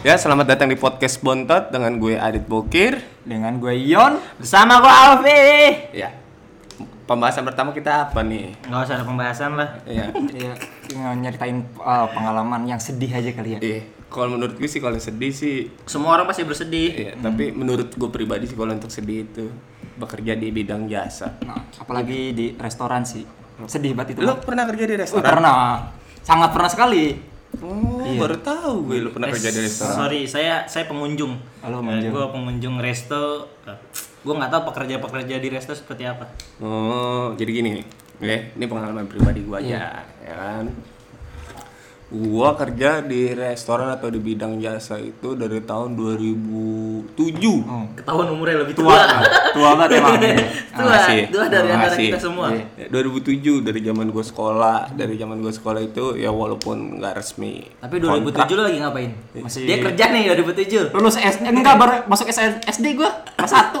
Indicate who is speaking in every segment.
Speaker 1: Ya, selamat datang di podcast Bontot dengan gue Adit Bokir.
Speaker 2: Dengan gue Yon
Speaker 3: Bersama gue Alfi.
Speaker 1: Ya. Pembahasan pertama kita apa nih?
Speaker 3: Gak usah ada pembahasan lah.
Speaker 1: Ya.
Speaker 2: ya, nyeritain uh, pengalaman yang sedih aja kali ya
Speaker 1: Eh, kalau menurut gue sih kalau sedih sih
Speaker 3: Semua orang pasti bersedih.
Speaker 1: Iya, tapi menurut gue pribadi sih kalau untuk sedih itu bekerja di bidang jasa.
Speaker 2: Nah, apalagi di restoran sih sedih banget itu
Speaker 1: Lu
Speaker 2: Bang.
Speaker 1: pernah kerja di
Speaker 2: Wih,
Speaker 1: restoran?
Speaker 2: pernah sangat pernah sekali
Speaker 1: Oh, baru tahu gue lu pernah
Speaker 3: Eh,
Speaker 1: kerja di restoran.
Speaker 3: Sorry, saya saya pengunjung.
Speaker 2: Halo, pengunjung.
Speaker 3: gue pengunjung resto. gue nggak tahu pekerja-pekerja di resto seperti apa.
Speaker 1: Oh, jadi gini nih. Oke, ini pengalaman pribadi gua aja, ya kan. Gua kerja di restoran atau di bidang jasa itu dari tahun 2007.
Speaker 2: Oh,
Speaker 3: Ketahuan umurnya lebih
Speaker 2: tua
Speaker 3: tua.
Speaker 2: banget, tua banget emang
Speaker 3: tua,
Speaker 1: Makasih.
Speaker 3: tua dari antara
Speaker 1: Makasih.
Speaker 3: kita semua.
Speaker 2: Iya.
Speaker 1: Ya, 2007 dari zaman gua sekolah, dari zaman gua sekolah itu ya walaupun nggak resmi.
Speaker 3: Tapi 2007 lu lagi ngapain?
Speaker 2: Masih-
Speaker 3: Dia kerja nih 2007.
Speaker 2: lulus S eh, enggak baru masuk S- SD gue kelas satu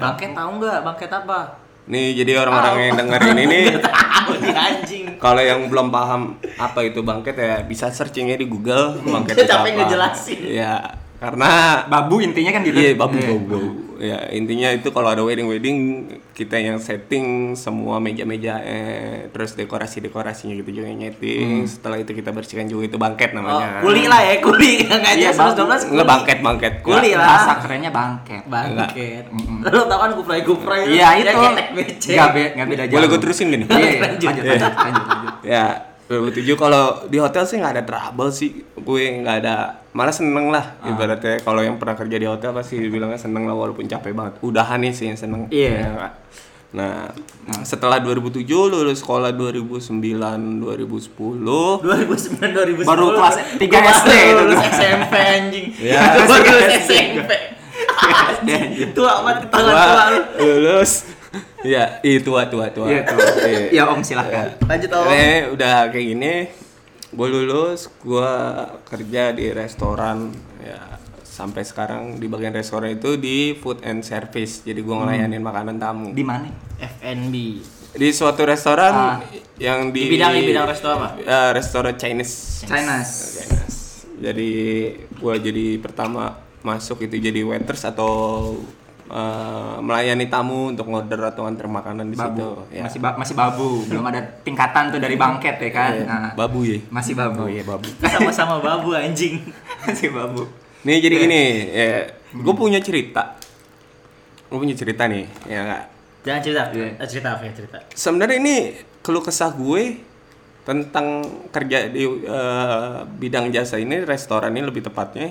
Speaker 1: Ya.
Speaker 3: Bangket tahu nggak? Bangket apa?
Speaker 1: Nih jadi orang-orang yang dengerin ini,
Speaker 3: Tahu di anjing.
Speaker 1: kalau yang belum paham apa itu bangket ya bisa searchingnya di Google bangket itu apa.
Speaker 3: Capek ngejelasin.
Speaker 1: Iya, karena
Speaker 2: Babu intinya kan gitu.
Speaker 1: Iya, babu, babu, babu. Ya, intinya itu kalau ada wedding-wedding kita yang setting semua meja-meja eh, terus dekorasi-dekorasinya gitu juga yang nyeting. Setelah itu kita bersihkan juga itu bangket
Speaker 3: Oh,
Speaker 1: namanya.
Speaker 3: kuli lah ya, kuli. Enggak aja
Speaker 2: Iya,
Speaker 3: 112 kuli.
Speaker 1: Enggak bangket-bangket.
Speaker 3: Kuli lah.
Speaker 2: Bahasa kerennya bangket.
Speaker 3: Bangket. Lu tau kan kuprai-kuprai. lu,
Speaker 2: Iya
Speaker 3: ya,
Speaker 2: itu.
Speaker 3: ketek becek.
Speaker 2: Gak, be, gak beda jauh.
Speaker 1: Boleh gue terusin gini?
Speaker 2: Iya, iya.
Speaker 3: Lanjut.
Speaker 2: lanjut, lanjut, lanjut, lanjut.
Speaker 1: ya 2007 kalau di hotel sih nggak ada trouble sih gue nggak ada malah seneng lah
Speaker 3: Ah.
Speaker 1: ibaratnya kalau yang pernah kerja di hotel pasti bilangnya seneng lah walaupun capek banget udahan nih sih yang seneng
Speaker 3: Iya.
Speaker 1: Ya nggak? nah setelah 2007 lulus sekolah 2009 2010
Speaker 3: 2009 2010.
Speaker 2: Baru kelas tiga
Speaker 3: Gua
Speaker 2: SD
Speaker 3: baru
Speaker 2: itu. Ya,
Speaker 3: Lulus SMP anjing.
Speaker 1: Iya.
Speaker 3: Gua Baru lulus SMP. Anjing, Tua banget ketahuan tua
Speaker 1: Wah,
Speaker 3: lu.
Speaker 1: lulus ya ih tua tua tua
Speaker 2: Iya, tua.
Speaker 1: Iya.
Speaker 2: Iya, Om silahkan.
Speaker 3: Lanjut Om.
Speaker 1: Eh, udah kayak gini, gue lulus, gue kerja di restoran ya sampai sekarang di bagian restoran itu di food and service. Jadi
Speaker 3: Hmm.
Speaker 1: gue ngelayanin makanan tamu.
Speaker 2: Di mana?
Speaker 3: FNB.
Speaker 1: Di suatu restoran
Speaker 2: Ah.
Speaker 1: yang di,
Speaker 3: Di bidang- di bidang restoran apa?
Speaker 1: Eh, restoran Chinese.
Speaker 2: Chinas.
Speaker 1: Chinese. Jadi gue jadi pertama masuk itu jadi waiters atau eh, melayani tamu untuk order atau antar makanan di situ.
Speaker 2: Babu.
Speaker 1: Ya.
Speaker 2: Masih ba- masih babu. Belum ada tingkatan tuh dari bangket ya kan.
Speaker 1: Iya,
Speaker 2: Nah,
Speaker 1: babu ya.
Speaker 2: Masih babu.
Speaker 1: Oh iya babu.
Speaker 3: Sama-sama babu anjing.
Speaker 2: masih babu.
Speaker 1: Nih jadi gini, ya, gue punya cerita. Gue punya cerita nih, ya nggak?
Speaker 3: Jangan cerita.
Speaker 2: Iya.
Speaker 3: Eh, Cerita apa ya cerita?
Speaker 1: Sebenarnya ini keluh kesah gue tentang kerja di eh, bidang jasa ini, restoran ini lebih tepatnya.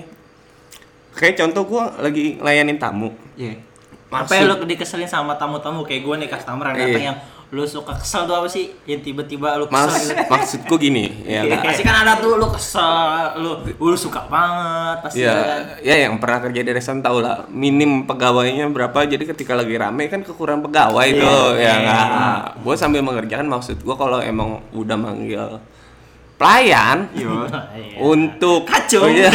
Speaker 1: Kayak contoh gue lagi layanin tamu.
Speaker 2: Iya.
Speaker 3: Apa yang lu dikeselin sama tamu-tamu kayak gue nih customer yang
Speaker 1: Iya.
Speaker 3: datang yang lu suka kesel tuh apa sih? Yang tiba-tiba lu kesel.
Speaker 1: Mas,
Speaker 3: gitu.
Speaker 1: maksud gue gini, ya
Speaker 2: Iya.
Speaker 1: nggak?
Speaker 3: Pasti kan ada tuh lu kesel, lu lu suka banget pasti
Speaker 2: Iya.
Speaker 1: Ya,
Speaker 3: kan.
Speaker 1: ya yang pernah kerja di restoran tau lah minim pegawainya berapa jadi ketika lagi rame kan kekurangan pegawai
Speaker 3: Iya,
Speaker 1: itu ya nggak gue sambil mengerjakan maksud gue kalau emang udah manggil pelayan
Speaker 2: Yo.
Speaker 3: Iya.
Speaker 1: untuk
Speaker 3: Kacung.
Speaker 1: Iya.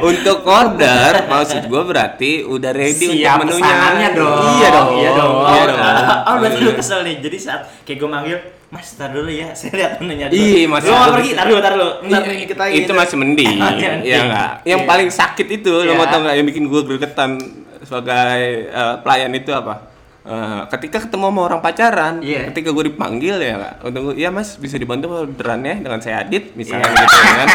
Speaker 1: untuk order maksud gue berarti udah ready
Speaker 2: Siap
Speaker 1: untuk menunya
Speaker 2: pesanannya dong.
Speaker 1: iya dong
Speaker 2: Iya dong.
Speaker 1: iya
Speaker 3: Oh,
Speaker 1: dong Iya.
Speaker 3: oh, berarti lu kesel nih. Jadi saat kayak gue manggil, Mas, tar dulu ya. Saya lihat menunya dulu.
Speaker 1: Iya, Mas.
Speaker 3: Lu mau pergi, tar dulu, tar dulu. Bentar,
Speaker 1: Iya,
Speaker 3: kita
Speaker 1: itu masih mending
Speaker 3: Oke,
Speaker 1: ya
Speaker 3: oke.
Speaker 1: nggak? yang
Speaker 3: Iya.
Speaker 1: paling sakit itu lo
Speaker 3: Iya.
Speaker 1: mau tau nggak yang bikin gue gregetan sebagai eh, pelayan itu apa Eh, ketika ketemu sama orang pacaran,
Speaker 2: Iya.
Speaker 1: ketika gue dipanggil ya nggak? untuk ya mas bisa dibantu orderannya dengan saya Adit misalnya gitu kan.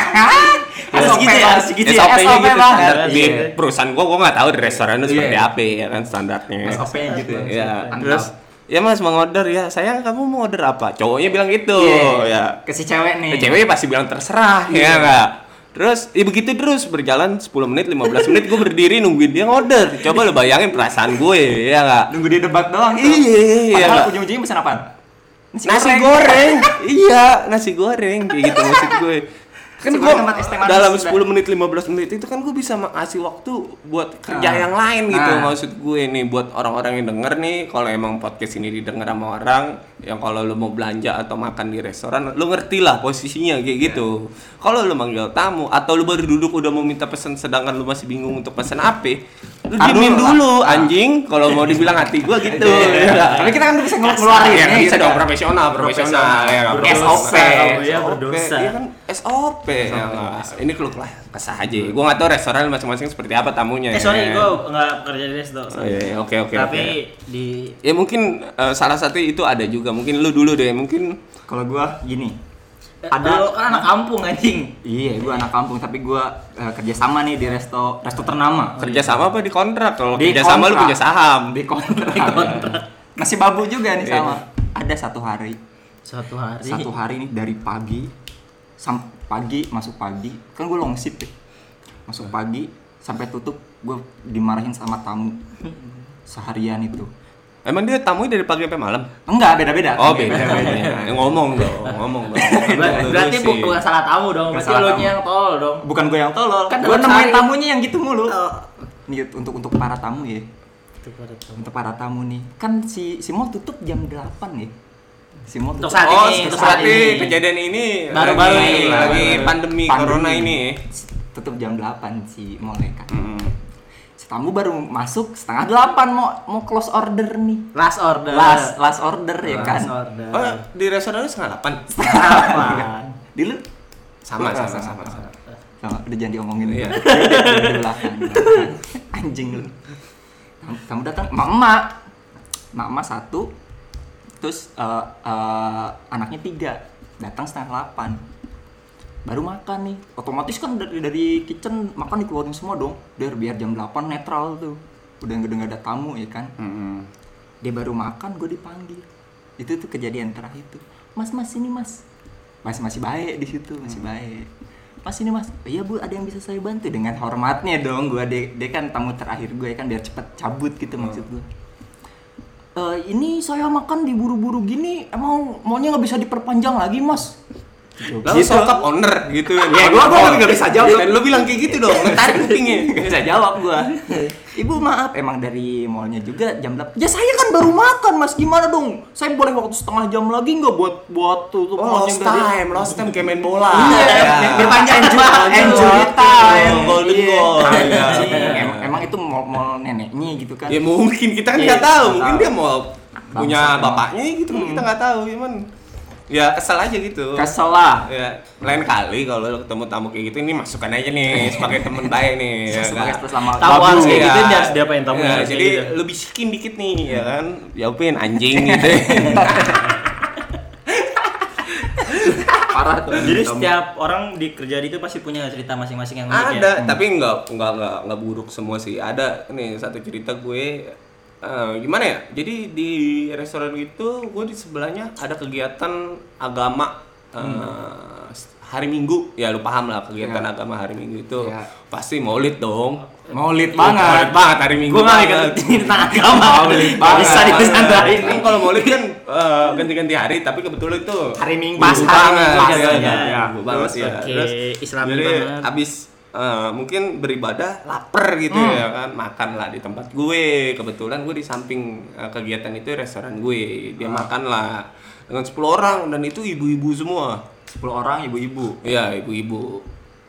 Speaker 3: Harus
Speaker 2: SOP,
Speaker 3: gitu ya, harus gitu ya.
Speaker 1: SOP-nya
Speaker 2: SOP
Speaker 1: gitu
Speaker 2: banget.
Speaker 1: standar di
Speaker 2: Iya.
Speaker 1: perusahaan gue gue nggak tahu di restoran itu seperti
Speaker 2: Iya.
Speaker 1: apa ya kan standarnya.
Speaker 2: SOP-nya gitu ya.
Speaker 1: Iya.
Speaker 2: Mantap.
Speaker 1: Terus ya mas mau order ya saya kamu mau order apa? Cowoknya bilang gitu ya.
Speaker 2: Iya. Ke si cewek nih.
Speaker 1: Ya, cewek pasti bilang terserah, ya nggak? Terus, ya begitu terus berjalan 10 menit, 15 menit gue berdiri nungguin dia order. Coba lo bayangin perasaan gue, ya nggak?
Speaker 2: Nunggu dia debat doang tuh.
Speaker 1: Iya, iya.
Speaker 2: Padahal
Speaker 1: nggak?
Speaker 2: ujung-ujungnya pesan apaan?
Speaker 1: Nasi goreng. iya, nasi goreng kayak gitu maksud gue. kan
Speaker 2: Seperti
Speaker 1: gua
Speaker 2: tempat es teh manis
Speaker 1: dalam
Speaker 2: juga.
Speaker 1: 10 menit 15 menit itu kan gue bisa ngasih waktu buat kerja
Speaker 2: Ah.
Speaker 1: yang lain gitu
Speaker 2: Ah.
Speaker 1: maksud gue nih buat orang-orang yang denger nih kalau emang podcast ini didengar sama orang yang kalau lu mau belanja atau makan di restoran lu ngerti lah posisinya kayak gitu
Speaker 2: Iya.
Speaker 1: kalau lu manggil tamu atau lu baru duduk udah mau minta pesan sedangkan lu masih bingung untuk pesan apa lu
Speaker 2: Tahan
Speaker 1: diemin
Speaker 2: dulu lah.
Speaker 1: dulu anjing kalau mau dibilang hati gue gitu ya nggak?
Speaker 2: Ah. Iya. Tapi kita kan bisa ngelu-
Speaker 1: keluarin
Speaker 2: ngeluarin
Speaker 1: ya,
Speaker 2: nih,
Speaker 1: bisa
Speaker 2: gitu.
Speaker 1: dong profesional profesional ya nggak?
Speaker 3: Berdosa,
Speaker 1: SOP
Speaker 3: kamu ya,
Speaker 1: SOP.
Speaker 3: berdosa.
Speaker 1: Iya kan SOP ya nggak? ini keluh kelah kesah aja gue nggak tahu restoran masing-masing seperti apa tamunya
Speaker 3: Eh
Speaker 1: ya.
Speaker 3: sorry, gue nggak kerja di resto.
Speaker 1: Oh, iya, iya. oke oke
Speaker 3: Tapi
Speaker 1: oke.
Speaker 3: di
Speaker 1: ya mungkin eh, salah satu itu ada juga mungkin lu dulu deh mungkin
Speaker 2: Kalau gua gini,
Speaker 3: ada
Speaker 2: Ada-
Speaker 3: lo kan anak kampung anjing.
Speaker 2: iya gua anak kampung tapi gua eh, kerja sama nih di resto resto
Speaker 3: Oh,
Speaker 1: Oh,
Speaker 2: ternama.
Speaker 3: iya.
Speaker 1: kerjasama apa di kontrak kalau
Speaker 2: Di
Speaker 1: kerjasama lu
Speaker 2: kontrak.
Speaker 1: punya saham
Speaker 2: Di kontrak. Masih babu juga nih sama. Ada satu hari,
Speaker 3: Suatu Iya. hari.
Speaker 2: satu hari nih dari pagi sam pagi masuk pagi kan gue long shift ya. masuk pagi sampai tutup gue dimarahin sama tamu seharian itu
Speaker 1: emang dia tamunya dari pagi sampai malam
Speaker 2: enggak beda beda
Speaker 1: oh beda beda ngomong dong ngomong dong
Speaker 3: Iya. Ber- Berarti bu- bukan salah tamu dong,
Speaker 2: Bukan
Speaker 3: berarti
Speaker 2: salah
Speaker 3: lo
Speaker 2: tamu.
Speaker 3: yang tol dong.
Speaker 2: bukan gue yang tolol
Speaker 3: Kan
Speaker 2: gue
Speaker 3: dalam
Speaker 2: nemuin
Speaker 3: sehari.
Speaker 2: tamunya yang gitu mulu Nih, untuk untuk para tamu ya untuk para tamu nih kan si si mall tutup jam 8 ya si mall tutup
Speaker 3: Untuk saat
Speaker 1: Oh,
Speaker 3: ini,
Speaker 1: seperti
Speaker 3: untuk saat ini.
Speaker 1: kejadian ini
Speaker 3: Baru-baru
Speaker 1: lagi,
Speaker 3: ini.
Speaker 1: lagi
Speaker 3: Baru-baru.
Speaker 1: pandemi, corona ini.
Speaker 2: tutup jam 8 si mall ya kan.
Speaker 1: Hmm.
Speaker 2: si tamu baru masuk setengah delapan mau mau close order nih
Speaker 3: Last order. Iya
Speaker 2: last last order ya kan
Speaker 3: Last order.
Speaker 1: Oh, Iya. di restoran lu setengah delapan.
Speaker 3: Apa?
Speaker 2: dulu
Speaker 1: Sama,
Speaker 2: Lu-
Speaker 1: sama, sama, sama.
Speaker 2: sama udah jangan diomongin
Speaker 1: Iya.
Speaker 2: Di belakang, di belakang. anjing lu kamu, kamu datang mama mama satu terus eh, eh, anaknya tiga datang setengah delapan baru makan nih otomatis kan dari, dari kitchen makan dikeluarin semua dong biar biar jam 8 netral tuh udah nggak udah nggak ada tamu ya kan
Speaker 1: Hmm.
Speaker 2: dia baru makan gue dipanggil itu tuh kejadian terakhir tuh mas mas ini mas masih masih baik di situ masih baik mas ini mas iya bu ada yang bisa saya bantu dengan hormatnya dong gue dia, dia kan tamu terakhir gue kan biar cepet cabut gitu maksud gue "Eh, ini saya makan diburu-buru gini emang maunya nggak bisa diperpanjang lagi mas
Speaker 1: Lalu sokap owner gitu ya.
Speaker 2: Ya, gua- gua nggak bisa jawab.
Speaker 1: Dan lu bilang kayak gitu dong, ngetarik kupingnya.
Speaker 2: Gak bisa jawab gua. Ibu maaf, emang dari mallnya juga jam 8. Ya saya kan baru makan mas, gimana dong? Saya boleh waktu setengah jam lagi nggak buat buat tutup
Speaker 1: Oh, lost time, lost time kayak main bola. Ya,
Speaker 2: Iya, berpanjang juga. Enjoy time.
Speaker 1: Golden
Speaker 2: Iya.
Speaker 1: goal. Iya.
Speaker 2: Emang, emang itu mall, mall neneknya gitu kan?
Speaker 1: Ya mungkin kita kan
Speaker 2: Iya,
Speaker 1: nggak tahu,
Speaker 2: nggak
Speaker 1: mungkin
Speaker 2: tahu.
Speaker 1: dia mau punya
Speaker 2: emang.
Speaker 1: bapaknya gitu, kita nggak tahu, cuman ya kesel aja gitu.
Speaker 2: Kesel lah.
Speaker 1: Ya, lain kali kalau lu ketemu tamu kayak gitu ini masukkan aja nih sebagai temen baik nih. ya
Speaker 2: Sebagai
Speaker 1: kan?
Speaker 2: terus lama
Speaker 3: Tamu
Speaker 2: babu.
Speaker 3: harus kayak
Speaker 1: Iya.
Speaker 3: gitu, dia harus diapain tamunya,
Speaker 1: Iya,
Speaker 3: harus
Speaker 1: jadi
Speaker 3: kayak gitu.
Speaker 1: lu bisikin dikit nih ya kan. Jawabin anjing gitu.
Speaker 2: parah tuh.
Speaker 3: Jadi setiap orang di kerja itu pasti punya cerita masing-masing yang unik ya.
Speaker 1: ada, tapi nggak nggak nggak nggak buruk semua sih. Ada nih satu cerita gue eh, gimana ya? Jadi di restoran itu gue di sebelahnya ada kegiatan agama eh, hari Minggu. Ya lu paham lah kegiatan agama hari Minggu itu
Speaker 2: Iya.
Speaker 1: pasti maulid dong.
Speaker 2: Maulid
Speaker 1: Maulid
Speaker 2: banget.
Speaker 1: banget hari Minggu.
Speaker 3: Gue nggak
Speaker 1: banget.
Speaker 3: ngikutin tentang agama.
Speaker 2: Maulid
Speaker 3: Nggak
Speaker 2: banget. Iya,
Speaker 3: Bisa dipesandarin
Speaker 1: Kan kalau maulid kan eh, ganti-ganti hari, tapi kebetulan itu
Speaker 2: Hari Minggu.
Speaker 1: pas
Speaker 2: Pas
Speaker 1: hari
Speaker 2: hari
Speaker 1: Minggu
Speaker 2: Minggu
Speaker 1: jatuhnya.
Speaker 3: jatuhnya.
Speaker 1: Ya, Minggu banget
Speaker 3: Terus,
Speaker 1: ya.
Speaker 3: oke,
Speaker 1: Terus
Speaker 3: Islami
Speaker 1: jadi
Speaker 3: banget.
Speaker 1: abis eh, mungkin beribadah lapar gitu
Speaker 3: Hmm.
Speaker 1: ya kan, makanlah di tempat gue. Kebetulan gue di samping eh, kegiatan itu restoran gue, dia
Speaker 3: Ah.
Speaker 1: makanlah dengan 10 orang dan itu ibu-ibu semua.
Speaker 2: 10 orang ibu-ibu.
Speaker 1: Iya, ibu-ibu.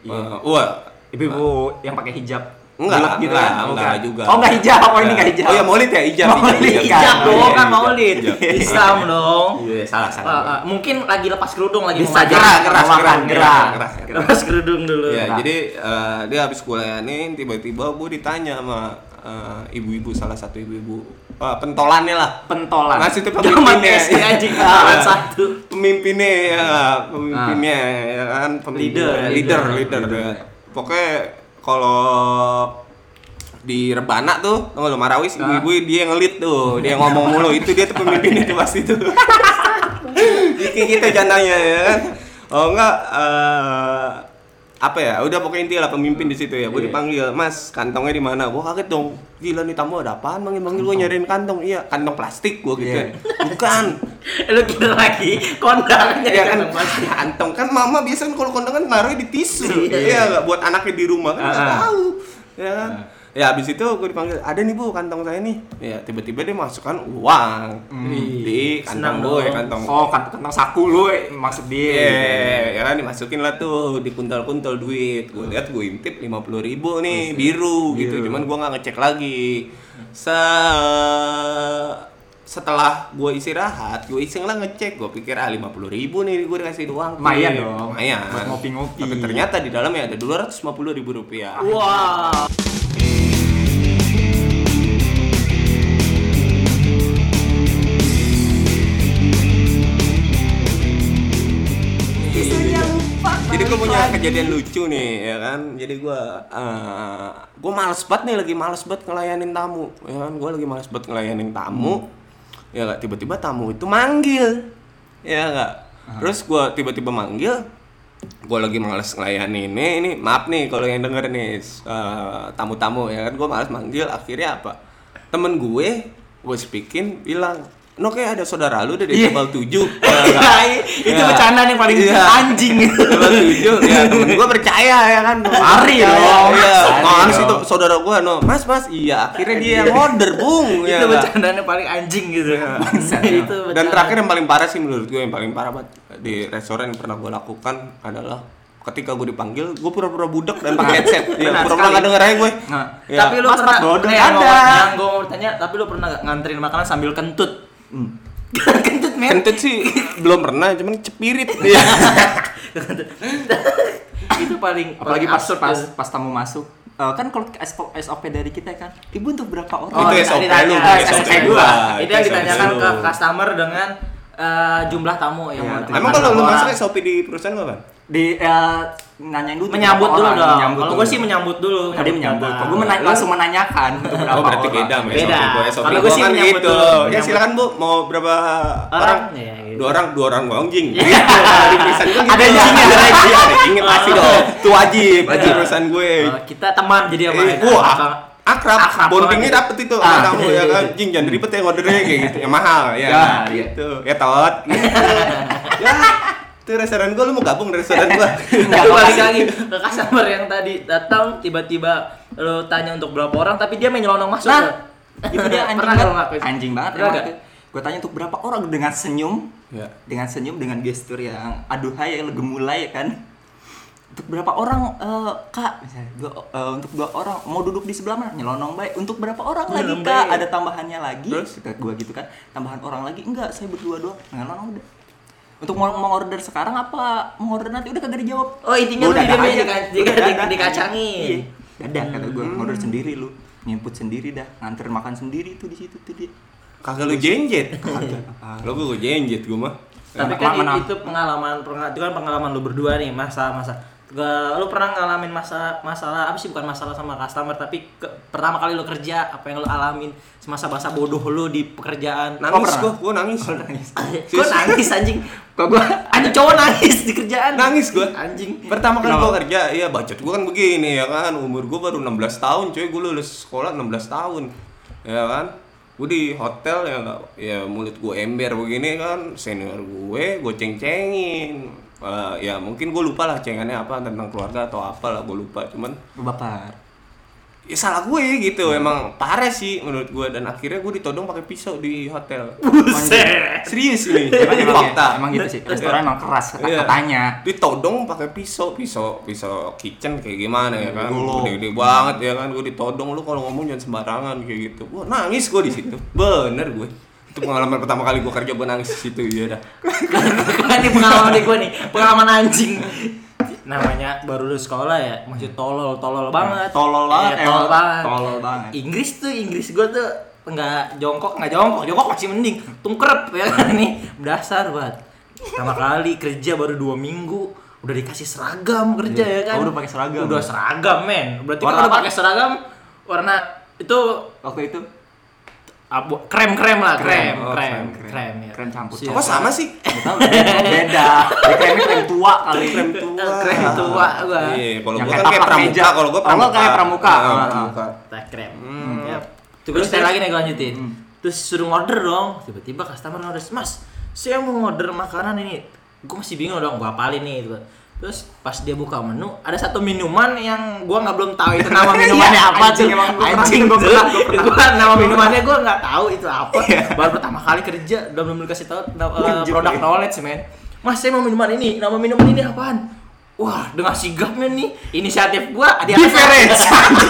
Speaker 3: Iya.
Speaker 1: Eh, wah,
Speaker 2: Ibu-ibu yang pakai hijab.
Speaker 1: Enggak,
Speaker 2: Bulat gitu
Speaker 1: enggak,
Speaker 2: kan?
Speaker 1: enggak
Speaker 2: Bukan.
Speaker 1: juga.
Speaker 2: Oh, enggak hijab. Oh, ini enggak hijab.
Speaker 1: Oh ya maulid ya, ijab.
Speaker 2: Maulid,
Speaker 3: Hijab
Speaker 2: Iya,
Speaker 3: dong
Speaker 2: iya,
Speaker 3: kan maulid. Islam dong.
Speaker 1: Iya, salah
Speaker 3: Eh,
Speaker 1: salah.
Speaker 3: eh, mungkin lagi lepas kerudung lagi
Speaker 2: Bisa
Speaker 3: mau makan. iya.
Speaker 2: gerak,
Speaker 1: keras,
Speaker 2: Mau
Speaker 1: keras,
Speaker 2: makan,
Speaker 1: keras,
Speaker 2: gerak. Iya,
Speaker 1: keras, keras.
Speaker 3: Lepas kerudung dulu.
Speaker 1: Ya, jadi eh, dia habis kuliahin tiba-tiba gue ditanya sama eh, ibu-ibu salah satu ibu-ibu eh, pentolannya lah.
Speaker 2: Pentolan.
Speaker 1: Ngasih itu
Speaker 3: Zaman
Speaker 1: pemimpinnya.
Speaker 3: SD anjing
Speaker 1: Iya.
Speaker 3: kelas satu.
Speaker 1: Pemimpinnya ya, pemimpinnya ya kan,
Speaker 3: Leader, ya.
Speaker 1: leader, leader, leader. Pokoknya kalau di Rebana tuh, tunggu lu Marawis,
Speaker 3: Ah.
Speaker 1: ibu-ibu dia yang lead tuh, dia yang ngomong mulu, itu dia tuh pemimpin itu pasti tuh. Kayak gitu jandanya ya kan. Oh enggak eh, apa ya? Udah pokoknya intinya lah pemimpin di situ ya.
Speaker 3: Iya.
Speaker 1: Gue dipanggil, "Mas, kantongnya di mana?" Gue kaget dong. Gila nih tamu ada apaan manggil-manggil gue nyariin kantong. Iya, kantong plastik gue gitu.
Speaker 2: Iya.
Speaker 1: Bukan.
Speaker 3: Lu kira lagi kondangnya
Speaker 1: ya kan
Speaker 3: yang pasti.
Speaker 1: ya, antong kan mama biasanya kalau kondang kan naruhnya di tisu
Speaker 3: Iya.
Speaker 1: iya nggak buat anaknya di rumah kan nggak
Speaker 3: Ah.
Speaker 1: tahu ya kan? ya abis itu gue dipanggil ada nih bu kantong saya nih ya tiba-tiba dia masukkan uang di kantong
Speaker 3: Hmm. Senang
Speaker 1: gue
Speaker 3: dong.
Speaker 1: kantong
Speaker 2: Oh, kan kantong saku lu eh, maksud dia.
Speaker 1: Iya, ya kan dimasukin lah tuh, dikuntal-kuntal duit. Gue lihat gue intip 50.000 ribu nih, biru, gitu. Cuman gue nggak ngecek lagi. Se setelah gue istirahat, gue iseng lah ngecek. Gue pikir ah 50.000 ribu nih gue dikasih doang.
Speaker 2: Iya, Lumayan dong.
Speaker 1: Iya, Lumayan.
Speaker 2: Buat ngopi-ngopi.
Speaker 1: Tapi ternyata di dalamnya ada 250.000 ribu rupiah.
Speaker 3: Wah.
Speaker 1: Jadi gue punya kejadian lucu nih, ya kan? Jadi gue, eh gue males banget nih, lagi males banget ngelayanin tamu, ya kan? Gue lagi males banget ngelayanin tamu, ya nggak? Tiba-tiba tamu itu manggil, ya nggak? Terus gue tiba-tiba manggil, gue lagi males ngelayanin ini, ini maaf nih kalau yang denger nih eh, tamu-tamu, ya kan? Gue males manggil, akhirnya apa? Temen gue, gue speaking, bilang, No kayak ada saudara lu deh di tebal tujuh. Ya nggak?
Speaker 3: Iya. itu
Speaker 1: Ya.
Speaker 3: bercandaan yang paling
Speaker 1: Iya.
Speaker 3: anjing.
Speaker 1: Kalau jujur ya temen gue percaya ya kan
Speaker 3: Mari
Speaker 1: Percaya,
Speaker 3: dong.
Speaker 1: Iya
Speaker 3: Mari
Speaker 1: Mari
Speaker 3: dong.
Speaker 1: itu saudara gue no Mas mas iya akhirnya dia yang order bung ya
Speaker 2: iya.
Speaker 3: itu
Speaker 1: nggak?
Speaker 3: bercandaannya paling anjing gitu. Bangsat, itu
Speaker 1: Dan
Speaker 3: bercandaan.
Speaker 1: terakhir yang paling parah sih menurut gue yang paling parah banget Di restoran yang pernah gue lakukan adalah Ketika gue dipanggil gue pura-pura budak dan pakai headset ya,
Speaker 3: Benar
Speaker 1: Pura-pura
Speaker 3: sekali.
Speaker 1: gak denger aja gue
Speaker 2: Nah,
Speaker 1: Ya.
Speaker 3: Tapi lu
Speaker 2: Mas,
Speaker 3: pernah
Speaker 2: Mas bodoh.
Speaker 3: nih,
Speaker 2: Ada.
Speaker 3: yang gua- Yang gue mau tanya, tapi lu pernah nggak nganterin makanan sambil kentut?
Speaker 2: Hmm.
Speaker 3: kentut men.
Speaker 1: Kentut sih belum pernah cuman cepirit Iya
Speaker 3: itu paling
Speaker 2: Apalagi
Speaker 3: paling
Speaker 2: pas,
Speaker 3: absurd ya.
Speaker 2: pas,
Speaker 3: tuh.
Speaker 2: pas tamu masuk. Eh, kan kalau SOP, SOP dari kita kan, Oh, ibu untuk berapa orang?
Speaker 1: Itu
Speaker 3: yang
Speaker 1: SOP lu,
Speaker 3: ditanya,
Speaker 1: bukan
Speaker 3: eh,
Speaker 1: SOP
Speaker 3: SOP
Speaker 1: gua.
Speaker 3: gua. Itu yang
Speaker 1: Itu
Speaker 3: ditanyakan
Speaker 1: SOP
Speaker 3: ke
Speaker 1: lu.
Speaker 3: customer dengan eh, jumlah tamu yang
Speaker 2: Iya,
Speaker 3: mau
Speaker 2: itu.
Speaker 1: Emang
Speaker 3: makan
Speaker 1: kalau lu
Speaker 3: orang.
Speaker 1: masuk SOP di perusahaan lu apa?
Speaker 2: Di eh, nanyain dulu
Speaker 3: menyambut
Speaker 2: berapa
Speaker 3: dulu
Speaker 2: orang,
Speaker 3: dong.
Speaker 2: menyambut
Speaker 3: Kalau
Speaker 2: dulu.
Speaker 3: gue sih menyambut dulu.
Speaker 2: tadi menyambut.
Speaker 3: Kalau
Speaker 2: Gue mena- langsung menanyakan untuk berapa
Speaker 1: Oh berarti
Speaker 2: orang.
Speaker 1: beda sama
Speaker 3: Beda.
Speaker 1: SOP gue SOP
Speaker 3: Kalau
Speaker 1: gue
Speaker 3: gue sih
Speaker 1: kan
Speaker 3: menyambut
Speaker 1: gitu
Speaker 3: dulu,
Speaker 1: Ya
Speaker 3: menyambut.
Speaker 1: silakan bu mau berapa orang?
Speaker 3: Orang? Ya, gitu.
Speaker 1: Dua orang, dua orang gua anjing Gitu, kalau di perusahaan gue gitu
Speaker 2: Ada isinya,
Speaker 1: ada isinya Ada isinya pasti dong Itu wajib Wajib perusahaan gue
Speaker 3: Eh, kita teman jadi sama.
Speaker 1: Eh,
Speaker 3: mereka.
Speaker 1: Wah
Speaker 3: Kalau-
Speaker 1: akrab,
Speaker 3: iya, akrab
Speaker 1: bondingnya
Speaker 3: banget.
Speaker 1: dapet itu sama
Speaker 2: Ah.
Speaker 1: kamu ya kan Jing jangan ribet ya ordernya kayak gitu Yang mahal ya
Speaker 2: Ya, iya.
Speaker 1: gitu Ya tot gitu Ya itu restoran gue, lu mau gabung dari restoran gue
Speaker 3: Enggak balik lagi ke customer yang tadi datang tiba-tiba lo tanya untuk berapa orang tapi dia menyelonong masuk.
Speaker 2: Nah,
Speaker 3: lo.
Speaker 2: itu dia anjing
Speaker 3: Pernah
Speaker 2: banget.
Speaker 3: lo ngelakuin?
Speaker 2: Anjing banget
Speaker 3: Pernah
Speaker 2: emang
Speaker 3: nggak?
Speaker 2: tuh. Gue tanya untuk berapa orang dengan senyum,
Speaker 1: Ya.
Speaker 2: dengan senyum, dengan gestur yang aduhai, yang gemulai kan. Untuk berapa orang eh, kak? Misalnya, dua, eh, untuk dua orang mau duduk di sebelah mana? Nyelonong baik. Untuk berapa orang lagi
Speaker 3: Nyelonong
Speaker 2: kak?
Speaker 3: baik.
Speaker 2: Ada tambahannya lagi?
Speaker 1: Terus?
Speaker 2: Kata gua gitu kan. Tambahan orang lagi? Enggak, saya berdua doang. Nyelonong udah. Untuk mau, mau order sekarang apa? Mau order nanti udah kagak dijawab.
Speaker 3: Oh intinya
Speaker 2: Gua
Speaker 3: lo
Speaker 2: dadah
Speaker 3: tidak
Speaker 2: aja. Gua dadah.
Speaker 3: dikacangin.
Speaker 2: Iya. Dadah kata gue, order sendiri lu. Ngimput sendiri dah, nganter makan sendiri tuh di situ tuh dia.
Speaker 1: Kagak lu jenjet Lo gue jenjet gue mah
Speaker 2: Enak
Speaker 3: Tapi kan
Speaker 2: banget,
Speaker 3: itu pengalaman pengalaman itu kan pengalaman lu berdua nih masa-masa. Ke- Lu pernah ngalamin masa masalah apa sih bukan masalah sama customer tapi ke- pertama kali lu kerja apa yang lu alamin semasa masa bodoh lu di pekerjaan.
Speaker 1: Nangis
Speaker 2: pernah?
Speaker 1: gue, gue nangis nangis
Speaker 3: gue nangis anjing.
Speaker 2: Kok gue
Speaker 3: Ada cowok nangis di kerjaan.
Speaker 1: Nangis gua.
Speaker 3: Anjing.
Speaker 1: Pertama kali gua kerja, iya budget gua kan begini ya kan. Umur gua baru 16 tahun, cuy. Gua lulus sekolah 16 tahun. Ya kan? Gua di hotel ya nggak- ya mulut gua ember begini kan, senior gue gue ceng-cengin. Eh, ya mungkin gue lupa lah cengannya apa tentang keluarga atau apa lah gue lupa cuman
Speaker 2: Lu baper.
Speaker 1: ya salah gue gitu
Speaker 3: Hmm.
Speaker 1: emang parah sih menurut gue dan akhirnya gue ditodong pakai pisau di hotel
Speaker 3: Buset. Iya,
Speaker 1: serius ini
Speaker 2: Emang,
Speaker 1: ini
Speaker 2: emang,
Speaker 1: Iya, fakta
Speaker 2: emang gitu sih, restoran emang keras kata katanya.
Speaker 1: ditodong pakai pisau pisau pisau kitchen kayak gimana ya kan
Speaker 2: Golok.
Speaker 1: gede-gede banget ya kan gue ditodong lu kalau ngomong jangan sembarangan kayak gitu gua nangis gue di situ bener gue itu pengalaman pertama kali gue kerja gue nangis di situ ya dah
Speaker 2: Kan
Speaker 3: ini pengalaman di gue nih pengalaman anjing namanya baru lulus sekolah ya masih tolol tolol banget
Speaker 2: Ya, Tolol banget,
Speaker 3: Iya, tolol
Speaker 2: emang.
Speaker 3: banget
Speaker 2: Tolol banget.
Speaker 3: Inggris tuh Inggris gue tuh nggak jongkok nggak jongkok jongkok masih mending tungkrep ya kan ini dasar banget pertama kali kerja baru dua minggu udah dikasih seragam kerja
Speaker 2: Iya.
Speaker 3: ya kan
Speaker 2: Oh, udah pakai seragam.
Speaker 3: udah seragam men
Speaker 2: Warna
Speaker 3: berarti kalau udah
Speaker 2: apa?
Speaker 3: pakai seragam warna itu
Speaker 2: Waktu itu
Speaker 3: abu krem krem lah krem
Speaker 2: Krem, oh,
Speaker 3: krem
Speaker 2: krem, krem.
Speaker 3: krem ya.
Speaker 2: Krem campur.
Speaker 3: Siap.
Speaker 1: kok sama sih
Speaker 2: nggak tahu beda. Ya, Kremnya krem tua kali.
Speaker 1: krem tua
Speaker 3: Krem tua gua.
Speaker 1: iya kalau
Speaker 2: Yang
Speaker 1: gue
Speaker 2: kayak
Speaker 1: kan kayak
Speaker 2: tapak meja.
Speaker 1: pramuka kalau gue
Speaker 2: Oh, lo kayak pramuka.
Speaker 1: Ah,
Speaker 2: Ah,
Speaker 1: pramuka.
Speaker 3: Teh krem.
Speaker 2: Hmm.
Speaker 3: Hmm, Yap. Terus saya lagi nih gue lanjutin. Terus suruh order dong. Tiba-tiba customer order, "Mas, saya mau order makanan ini gue masih bingung dong gue apalin nih gitu terus pas dia buka menu ada satu minuman yang gue nggak belum tahu itu nama minumannya
Speaker 2: Iya,
Speaker 3: apa
Speaker 2: anjing
Speaker 3: tuh
Speaker 2: emang gua
Speaker 3: anjing
Speaker 2: pernah, gitu, gua
Speaker 3: gue
Speaker 2: pernah, Iya. gua pernah.
Speaker 3: gue nama minumannya gue nggak tahu itu apa baru pertama kali kerja udah belum dikasih tahu uh,
Speaker 2: Anjing,
Speaker 3: produk
Speaker 2: iya.
Speaker 3: knowledge men mas saya mau minuman ini nama minuman ini apaan Wah, dengan sigapnya nih, inisiatif gua di atas
Speaker 2: Difference,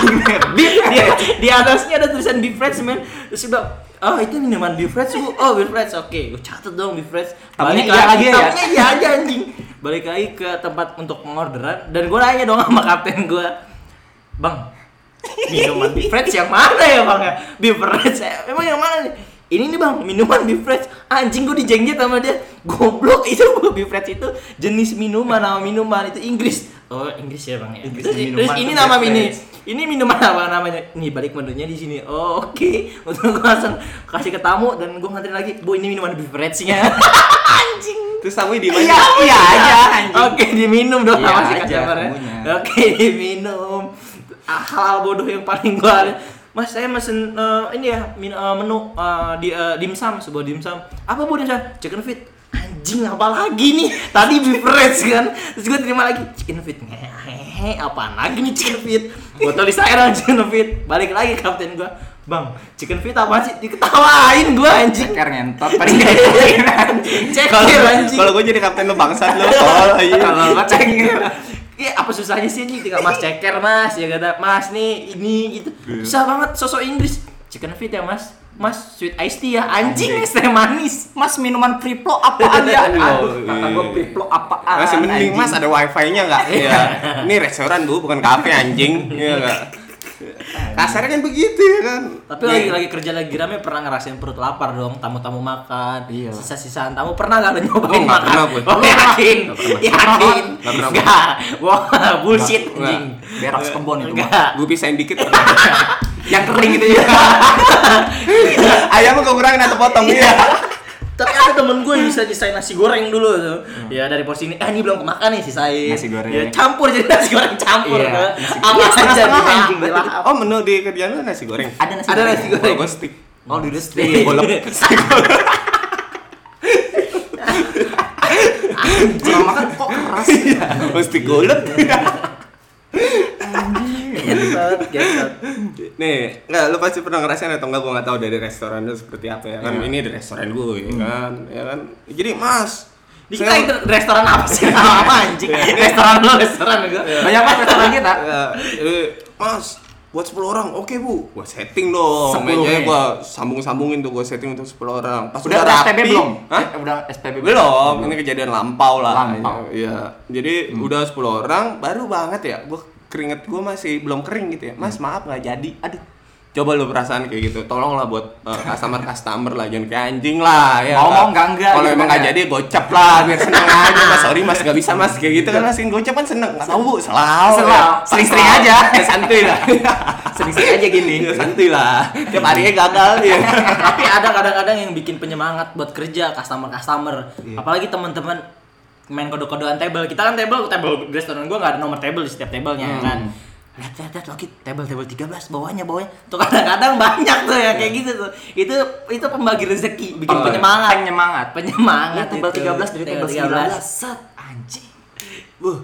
Speaker 3: di, di, di atasnya ada tulisan difference, men. Terus gua, oh itu minuman difference, gua, oh difference, oke, gua catat dong difference.
Speaker 2: Tamunya
Speaker 3: Balik
Speaker 2: iya aja
Speaker 3: lagi,
Speaker 2: ya?
Speaker 3: tamunya iya aja anjing. Balik lagi ke tempat untuk pengorderan dan gua nanya dong sama kapten gua, bang, minuman difference yang mana ya bang ya? Difference, eh, emang yang mana nih? Ini nih bang, minuman bifrets Anjing gue dijengjet sama dia Goblok itu gue bifrets itu Jenis minuman, nama minuman Itu Inggris Oh Inggris ya bang ya
Speaker 2: Inggris
Speaker 3: Terus,
Speaker 2: minuman
Speaker 3: terus
Speaker 2: tuh
Speaker 3: ini nama
Speaker 2: Beverage.
Speaker 3: ini ini minuman apa namanya nih balik menunya di sini oh oke untuk gue langsung kasih ke tamu dan gue ngantri lagi bu ini minuman beverage-nya anjing
Speaker 1: Terus tamu di
Speaker 2: Iya, iya aja anjing.
Speaker 3: oke diminum dong
Speaker 2: Iya
Speaker 3: sama si
Speaker 2: aja,
Speaker 3: customer-nya.
Speaker 2: tamunya.
Speaker 3: ya. oke diminum Ah, hal bodoh yang paling gue ada Mas saya mesen eh, ini ya min- eh, menu eh, di eh, dimsum sebuah dimsum apa bu dimsum chicken feet anjing apa lagi nih tadi beverage kan terus gue terima lagi chicken feet hehehe apaan lagi nih chicken feet gue tulis aja dong chicken feet balik lagi kapten gue bang chicken feet apa sih diketawain gue anjing
Speaker 2: Ceker ngentot paling ceker anjing.
Speaker 1: Kalau
Speaker 3: ceker anjing
Speaker 1: kalau gue jadi kapten lo bangsat lo. Tolol iya. aja.
Speaker 2: Kalau nggak ceker.
Speaker 3: Iya apa susahnya sih anjing tinggal mas ceker mas ya kata mas nih ini gitu
Speaker 1: Iya.
Speaker 3: susah banget sosok Inggris chicken feet ya mas mas sweet iced tea ya anjing es teh manis
Speaker 2: Mas minuman Priplo apaan ya? Aduh,
Speaker 1: Iya.
Speaker 2: kata gua Priplo apaan?
Speaker 1: Masih mending
Speaker 2: anjing.
Speaker 1: mas ada wifi-nya nggak? Ah, Iya. Ini restoran bu, bukan kafe anjing. Iya nggak? Kasarnya kan begitu ya kan.
Speaker 3: tapi lagi lagi kerja lagi rame pernah ngerasain perut lapar dong tamu-tamu makan
Speaker 2: Iya.
Speaker 3: sisa-sisaan tamu pernah gak lo
Speaker 1: Oh,
Speaker 3: nyobain
Speaker 1: nggak
Speaker 3: makan
Speaker 1: pernah, Bun.
Speaker 3: Oh, yakin yakin
Speaker 1: Nggak pernah, Bun.
Speaker 3: nggak wah bullshit
Speaker 1: Nggak,
Speaker 3: anjing
Speaker 2: berak sekembon itu mah.
Speaker 3: Nggak.
Speaker 1: Gue pisahin dikit.
Speaker 2: Yang kering itu ya.
Speaker 1: Ayam kekurangan atau potong iya.
Speaker 3: tapi ada temen gue yang bisa sisain nasi goreng dulu tuh ya dari porsi ini ah ini belum kemakan nih sisain
Speaker 2: Nasi goreng.
Speaker 3: ya campur jadi nasi goreng campur
Speaker 2: Iya,
Speaker 3: kan
Speaker 2: nasi
Speaker 3: apa
Speaker 2: goreng.
Speaker 3: aja
Speaker 2: Setengah-setengah
Speaker 3: dilah-
Speaker 2: anjing,
Speaker 3: dilah-
Speaker 1: Oh menu di kerjaan lo nasi goreng.
Speaker 2: Ada nasi
Speaker 3: Ada nasi goreng.
Speaker 1: Gue stick.
Speaker 2: Oh, duduk
Speaker 3: Iya.
Speaker 2: steak. Kalau makan kok keras.
Speaker 1: Gue stick golep.
Speaker 3: Getot, getot.
Speaker 1: Nih, nggak lu pasti pernah ngerasain atau enggak gua nggak tahu dari restoran lu seperti apa ya kan. Ini di restoran gue ya kan. Ya kan. Jadi Mas,
Speaker 3: di kita itu restoran apa sih apa, apa anjing
Speaker 1: Iya.
Speaker 3: restoran lo restoran gue
Speaker 2: Banyak banget restoran kita.
Speaker 1: Ya, eh, Iya. mas, buat 10 orang, oke bu. Gua setting dong,
Speaker 2: 10
Speaker 1: mejanya
Speaker 2: ya.
Speaker 1: gua sambung-sambungin tuh gua setting untuk 10 orang. Pas
Speaker 2: Udah
Speaker 1: udah,
Speaker 2: udah
Speaker 1: rapi,
Speaker 2: SPB belum?
Speaker 1: Hah?
Speaker 2: Eh, Udah SPB
Speaker 1: Belum, ini kejadian lampau lah.
Speaker 2: Lampau. Hmm.
Speaker 1: Iya. Jadi udah 10 orang, baru banget ya. Gua keringet gua masih belum kering gitu ya. Mas,
Speaker 2: Hmm.
Speaker 1: maaf nggak jadi. Aduh. Coba lu perasaan kayak gitu, tolonglah buat customer-customer lah, jangan kayak anjing lah ya. kan?
Speaker 2: Ngomong nggak enggak
Speaker 1: Kalau
Speaker 2: gitu
Speaker 1: emang
Speaker 2: kan
Speaker 1: nggak
Speaker 2: ya.
Speaker 1: jadi, gocap lah, biar seneng aja. Mas, sorry mas, nggak bisa mas, kayak gitu kan mas, gocap kan seneng. Nggak tahu bu, selau.
Speaker 2: Iya. Selau. Iya.
Speaker 1: ya.
Speaker 2: Sering-sering
Speaker 1: Selau.
Speaker 2: aja.
Speaker 1: Ya, santuy lah.
Speaker 2: Sedikit aja gini.
Speaker 1: Ya, santuy lah. Tiap harinya gagal ya.
Speaker 3: tapi ada kadang-kadang yang bikin penyemangat buat kerja customer customer
Speaker 2: Iya.
Speaker 3: apalagi teman-teman main kode-kodean table kita kan table table di restoran gua nggak ada nomor table di setiap tablenya kan
Speaker 2: Hmm.
Speaker 3: lihat lihat lihat Loki table table 13 bawahnya bawahnya tuh kadang-kadang banyak tuh ya kayak gitu tuh itu itu pembagi rezeki bikin
Speaker 1: Oh,
Speaker 3: penyemangat
Speaker 2: Penyemangat. Iya,
Speaker 3: penyemangat
Speaker 2: Ini tebal
Speaker 3: itu.
Speaker 2: 13 dari tebal 19. Set anjing.
Speaker 1: Buh,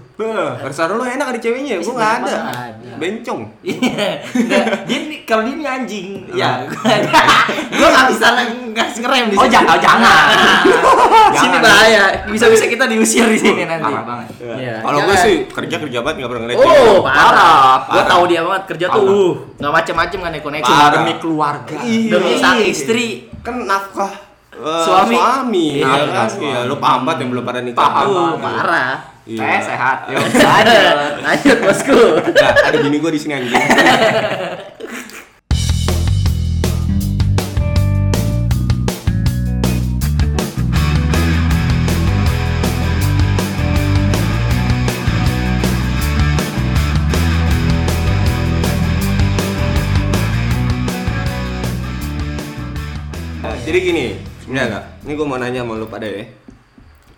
Speaker 1: restoran lu enak ada ceweknya, gua nggak ada.
Speaker 3: Ada.
Speaker 1: Bencong.
Speaker 3: Iya, Nggak, dia ini kalau dia ini anjing, ya gue nggak bisa ngasih ngerem di
Speaker 2: Oh,
Speaker 3: sini.
Speaker 2: jangan, oh, jangan.
Speaker 3: sini
Speaker 2: Jangan.
Speaker 3: bahaya, bisa-bisa kita diusir di sini nanti.
Speaker 2: Parah banget.
Speaker 3: Iya.
Speaker 1: Kalau gue
Speaker 3: Jangan.
Speaker 1: sih kerja kerja banget nggak pernah ngeliat. cewek.
Speaker 3: Oh, parah. Gue
Speaker 1: Parah.
Speaker 3: tahu dia banget kerja tuh,
Speaker 2: Parah.
Speaker 3: uh, nggak macem-macem kan ya koneksi.
Speaker 1: Parah.
Speaker 2: Demi keluarga.
Speaker 1: Iya.
Speaker 3: Demi sang istri.
Speaker 1: kan nafkah eh,
Speaker 3: Suami.
Speaker 1: suami.
Speaker 3: Iya,
Speaker 1: Iya,
Speaker 2: nafkah
Speaker 1: kan? Iya, lu paham banget yang belum pada nikah.
Speaker 2: Paham
Speaker 3: Uh,
Speaker 2: banget.
Speaker 3: parah.
Speaker 1: Iya.
Speaker 2: Saya sehat. Yo,
Speaker 3: Ada, lanjut bosku.
Speaker 1: Nah, ada bini gue di sini anjing. Nah, Jadi gini, sebenarnya kak, ini gue mau nanya sama lu pada ya.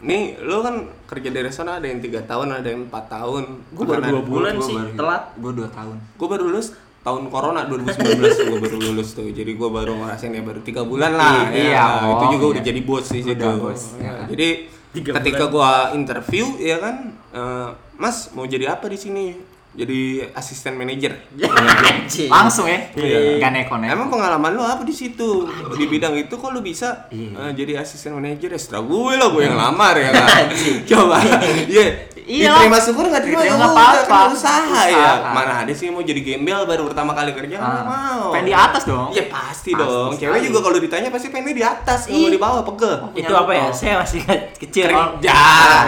Speaker 1: Nih, lu kan kerja di restoran ada yang tiga tahun, ada yang empat tahun.
Speaker 3: Gue baru
Speaker 1: Makanan-
Speaker 3: dua bulan
Speaker 2: Gua
Speaker 3: sih
Speaker 2: baru-
Speaker 3: telat.
Speaker 2: Gua 2 tahun.
Speaker 1: gue baru lulus tahun corona 2019 gue baru lulus tuh jadi gue baru ngerasain ya baru tiga bulan lah ya.
Speaker 2: I- iya,
Speaker 1: Nah, itu
Speaker 2: oh,
Speaker 1: juga udah
Speaker 2: iya.
Speaker 1: jadi bos di situ
Speaker 2: Udah bos,
Speaker 1: Ya,
Speaker 2: ya.
Speaker 1: jadi
Speaker 3: Tiga
Speaker 1: ketika gue interview ya kan eh, mas mau jadi apa di sini jadi asisten manajer
Speaker 3: Anjing.
Speaker 2: Langsung ya.
Speaker 1: Iya.
Speaker 2: Gak neko-neko.
Speaker 1: Emang pengalaman lu apa di situ? Di bidang itu kok lu bisa
Speaker 2: Iya.
Speaker 1: eh, jadi asisten manajer ya? Setelah gue lah gue yang lamar ya kan. Coba. Iya.
Speaker 2: Iya.
Speaker 1: Diterima syukur nggak terima
Speaker 2: Diterima
Speaker 1: ya
Speaker 2: nggak
Speaker 1: udah, kan
Speaker 2: apa-apa.
Speaker 1: usaha ya.
Speaker 2: Usaha.
Speaker 1: Mana ada sih yang mau jadi gembel baru pertama kali kerja nggak
Speaker 2: Ah.
Speaker 1: mau.
Speaker 2: Pengen di atas dong.
Speaker 1: Iya pasti
Speaker 2: Pasti
Speaker 1: dong. Cewek
Speaker 2: sekali. Oh.
Speaker 1: juga kalau ditanya pasti pengen di atas, nggak mau di bawah pegel.
Speaker 3: itu apa ya? Saya masih kecil.
Speaker 1: Kerja,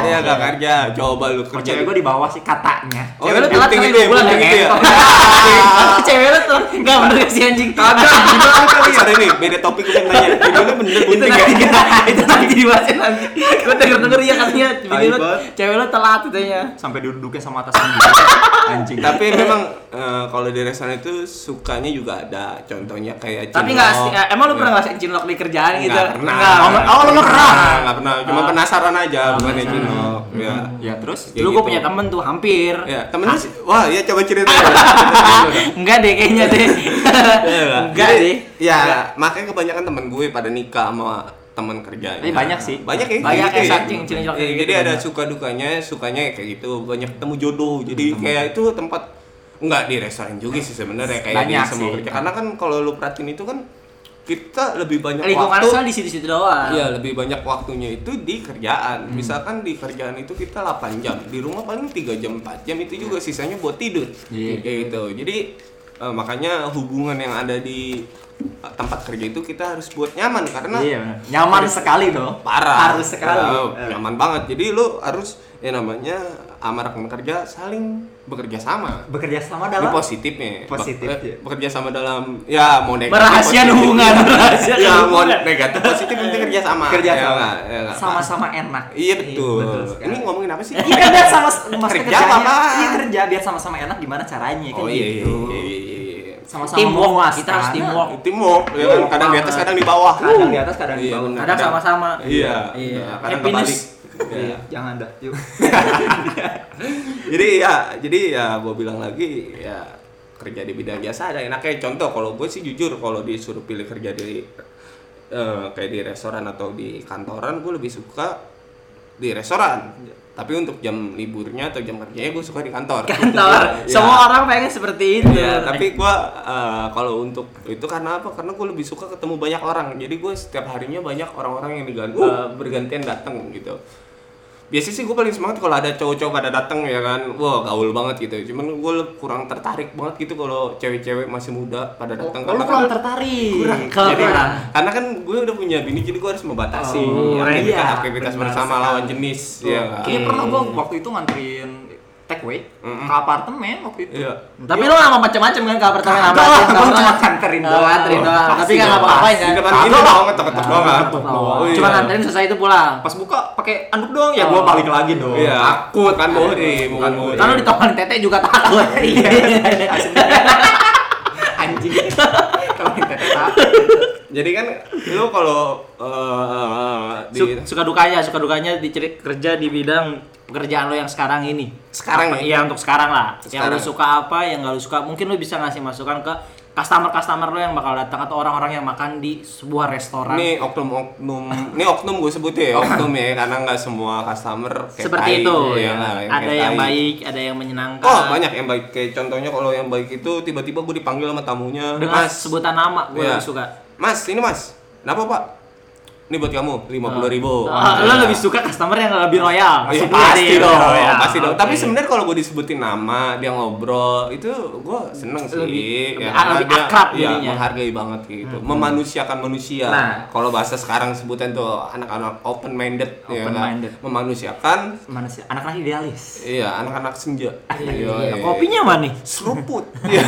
Speaker 1: ya gak kerja. Coba lu
Speaker 2: Kalau
Speaker 1: kerja.
Speaker 2: cewek gue di bawah sih katanya.
Speaker 1: Oh,
Speaker 3: Cewek lu
Speaker 1: penting
Speaker 3: telat sampai
Speaker 1: itu ya,
Speaker 3: dua bulan
Speaker 1: penting
Speaker 3: ya? Iya.
Speaker 1: itu ya.
Speaker 3: Cewek lu tuh enggak bener sih anjing.
Speaker 1: Kagak, gimana kali ya? Sorry nih, beda topik gue yang nanya. Jadi lu bener
Speaker 3: itu
Speaker 1: bunting
Speaker 3: nanti
Speaker 1: ya?
Speaker 3: kita itu nanti dibahasnya nanti. Gue denger denger ya katanya bini lu
Speaker 1: Taibat.
Speaker 3: cewek lu telat katanya.
Speaker 2: Sampai duduknya sama atas anjing. anjing.
Speaker 1: tapi memang eh, kalau di restoran itu sukanya juga ada contohnya kayak
Speaker 3: Tapi
Speaker 1: cinlok.
Speaker 3: enggak emang lu pernah
Speaker 1: Nggak-
Speaker 3: ngerasain cinlok di kerjaan gitu?
Speaker 1: Iya. nggak pernah
Speaker 3: Nggak.
Speaker 2: Oh, lu nggak pernah?
Speaker 1: nggak pernah cuma
Speaker 3: Ah.
Speaker 1: penasaran aja bukan ya cinlok ya
Speaker 2: Ya terus
Speaker 1: Ya
Speaker 3: Dulu gue
Speaker 1: gitu.
Speaker 3: punya Ah. temen tuh hampir.
Speaker 1: ya temen lu sih- wah ya coba cerita iya,
Speaker 3: Enggak deh kayaknya deh. Enggak
Speaker 1: Jadi,
Speaker 3: deh.
Speaker 1: ya makanya kebanyakan temen gue pada nikah sama temen kerjanya
Speaker 2: Tapi banyak sih.
Speaker 1: banyak ya
Speaker 3: Banyak
Speaker 1: gitu
Speaker 3: ya,
Speaker 1: ya.
Speaker 3: saking cinlok
Speaker 1: Iya,
Speaker 3: gitu
Speaker 1: jadi ada
Speaker 3: banyak.
Speaker 1: suka dukanya sukanya ya kayak gitu banyak ketemu jodoh jadi kayak itu tempat nggak di restoran juga sih sebenarnya kayak
Speaker 2: Banyak
Speaker 1: di semua
Speaker 2: sih.
Speaker 1: kerja karena kan kalau lu perhatiin itu kan kita lebih banyak
Speaker 3: Lingkungan
Speaker 1: waktu
Speaker 3: soal di situ-situ
Speaker 2: Ah.
Speaker 3: doang.
Speaker 1: Iya, lebih banyak waktunya itu di
Speaker 2: Hmm.
Speaker 1: kerjaan. Misalkan di kerjaan itu kita 8 jam, di rumah paling 3 jam 4 jam itu juga sisanya buat tidur.
Speaker 2: Iya.
Speaker 1: Kayak gitu. Jadi eh, makanya hubungan yang ada di eh, tempat kerja itu kita harus buat nyaman karena
Speaker 2: Iya, bener. nyaman sekali dong.
Speaker 1: parah
Speaker 2: Harus sekali.
Speaker 1: Oh,
Speaker 2: Eh.
Speaker 1: nyaman banget jadi lu harus ya namanya sama rekan kerja saling bekerja sama
Speaker 2: Bekerja sama
Speaker 1: ini
Speaker 2: dalam
Speaker 1: positifnya
Speaker 2: Positif,
Speaker 1: Bek-
Speaker 2: ya.
Speaker 1: eh, bekerja sama dalam ya mau negatif
Speaker 3: Merahasiakan
Speaker 1: positif.
Speaker 3: hubungan, merahasiakan
Speaker 1: ya mau
Speaker 3: hubungan.
Speaker 1: negatif positif penting kerja sama
Speaker 2: kerja
Speaker 1: Ya
Speaker 2: sama.
Speaker 1: nggak? Ya nggak, Pak?
Speaker 2: Sama-sama enak.
Speaker 1: iya betul,
Speaker 2: sekali.
Speaker 1: ini ngomongin apa sih
Speaker 2: Iya kan biar sama mas
Speaker 1: Kerja
Speaker 2: kerja
Speaker 1: apa?
Speaker 2: apa? Iya kerja biar sama-sama enak gimana caranya kan
Speaker 1: oh iya iya
Speaker 2: gitu.
Speaker 1: iya, iya, iya.
Speaker 2: Sama-sama
Speaker 3: Teamwork,
Speaker 2: memuaskan.
Speaker 3: kita harus teamwork.
Speaker 1: teamwork ya kan? kadang di atas
Speaker 2: banget.
Speaker 1: kadang di bawah
Speaker 2: Oh, Kadang di atas kadang di
Speaker 1: Iya,
Speaker 2: bawah.
Speaker 1: benar.
Speaker 3: Kadang sama-sama.
Speaker 1: iya
Speaker 3: Iya.
Speaker 1: Nah, kadang
Speaker 3: Happiness.
Speaker 1: kebalik Iya.
Speaker 2: Jangan dah. Yuk.
Speaker 1: jadi ya jadi ya gue bilang lagi ya kerja di bidang jasa ada enaknya contoh kalau gue sih jujur kalau disuruh pilih kerja di eh, kayak di restoran atau di kantoran gue lebih suka di restoran tapi untuk jam liburnya atau jam kerjanya gue suka di kantor Iya.
Speaker 3: Kantor. Semua orang pengen seperti itu.
Speaker 1: Iya, tapi gua eh, kalau untuk itu karena apa? Karena gua lebih suka ketemu banyak orang. Jadi gue setiap harinya banyak orang-orang yang digan-
Speaker 2: Uh.
Speaker 1: eh, bergantian datang gitu. Biasanya sih gue paling semangat kalau ada cowok-cowok pada datang ya kan. Wah, gaul banget gitu. Cuman gue kurang tertarik banget gitu kalau cewek-cewek masih muda pada datang kan-
Speaker 2: Kalau Oh, kurang tertarik.
Speaker 1: kurang.
Speaker 3: Kalau
Speaker 1: Jadi,
Speaker 3: kurang.
Speaker 1: karena kan gue udah punya bini jadi gue harus membatasi
Speaker 2: Oh,
Speaker 1: aktivitas,
Speaker 2: iya.
Speaker 1: aktivitas
Speaker 2: Benar
Speaker 1: bersama
Speaker 2: sekali.
Speaker 1: lawan jenis ya kan?
Speaker 2: Kayaknya Iya. pernah gua waktu itu nganterin
Speaker 3: Eh,
Speaker 2: take away ke apartemen waktu itu.
Speaker 1: Iya.
Speaker 3: Tapi lu nggak mau macam-macam kan ke apartemen sama
Speaker 2: Enggak lah,
Speaker 3: Enggak,
Speaker 2: gua
Speaker 3: enggak.
Speaker 2: cuma nganterin
Speaker 3: Oh,
Speaker 2: doang.
Speaker 3: nganterin doang.
Speaker 2: Pasti
Speaker 3: Tapi nggak
Speaker 2: dong,
Speaker 3: ngapa-ngapain
Speaker 1: Di
Speaker 3: kan?
Speaker 1: depan
Speaker 2: Kagak
Speaker 1: ini
Speaker 2: lah.
Speaker 1: doang ngetok-ngetok doang kan?
Speaker 2: Nah, doang.
Speaker 1: Oh,
Speaker 3: Cuma
Speaker 1: iya.
Speaker 3: nganterin selesai itu pulang.
Speaker 2: Pas buka pakai anduk doang ya gua
Speaker 3: Oh.
Speaker 2: balik lagi dong.
Speaker 1: Iya.
Speaker 2: Takut
Speaker 1: Kan mau di- mau- mau-
Speaker 3: Kan lu ditolong tete juga takut.
Speaker 2: Iya. Anjing. Kalau kita
Speaker 1: Jadi kan lu kalau eh, di
Speaker 3: Su- suka dukanya, suka dukanya di ceri- kerja di bidang pekerjaan lo yang sekarang ini.
Speaker 1: Sekarang ya?
Speaker 3: Apa- Iya, untuk sekarang lah. Yang
Speaker 1: Sekarang.
Speaker 3: lo suka apa, yang gak lo suka. Mungkin lo bisa ngasih masukan ke customer-customer lo yang bakal datang atau orang-orang yang makan di sebuah restoran.
Speaker 1: ini oknum-oknum, ini oknum gue sebut ya, oknum ya, karena nggak semua customer kayak
Speaker 3: Seperti
Speaker 1: tai,
Speaker 3: itu.
Speaker 1: ya
Speaker 3: ya.
Speaker 1: nggak,
Speaker 3: ada
Speaker 1: kayak
Speaker 3: yang
Speaker 1: tai.
Speaker 3: baik, ada yang menyenangkan.
Speaker 1: Oh banyak yang baik. Kayak contohnya kalau yang baik itu tiba-tiba gue dipanggil sama tamunya.
Speaker 3: Dengan
Speaker 1: mas,
Speaker 3: sebutan nama gue
Speaker 1: Iya.
Speaker 3: lebih suka.
Speaker 1: Mas, ini mas. Kenapa pak? Ini buat kamu, lima puluh ribu.
Speaker 3: Ah, lo lebih suka customer yang lebih royal.
Speaker 1: Iya, pasti
Speaker 3: Seperti itu.
Speaker 1: dong,
Speaker 3: Royal. Iya.
Speaker 1: pasti dong.
Speaker 3: Oke.
Speaker 1: Tapi sebenarnya kalau gue disebutin nama, dia ngobrol, itu gue seneng sih. Ya,
Speaker 3: Lebih- lebih-
Speaker 1: karena
Speaker 3: lebih akrab
Speaker 1: iya,
Speaker 3: jadinya. Hmm.
Speaker 1: menghargai banget gitu. Memanusiakan manusia.
Speaker 2: Nah.
Speaker 1: Kalau bahasa sekarang sebutan tuh anak-anak open minded, kan?
Speaker 2: Open-minded.
Speaker 1: Memanusiakan,
Speaker 2: Mana sih? Anak-anak idealis.
Speaker 1: iya anak-anak senja. Iya,
Speaker 3: Iya,
Speaker 1: iya.
Speaker 3: Kopinya mana nih?
Speaker 1: seruput. Iya.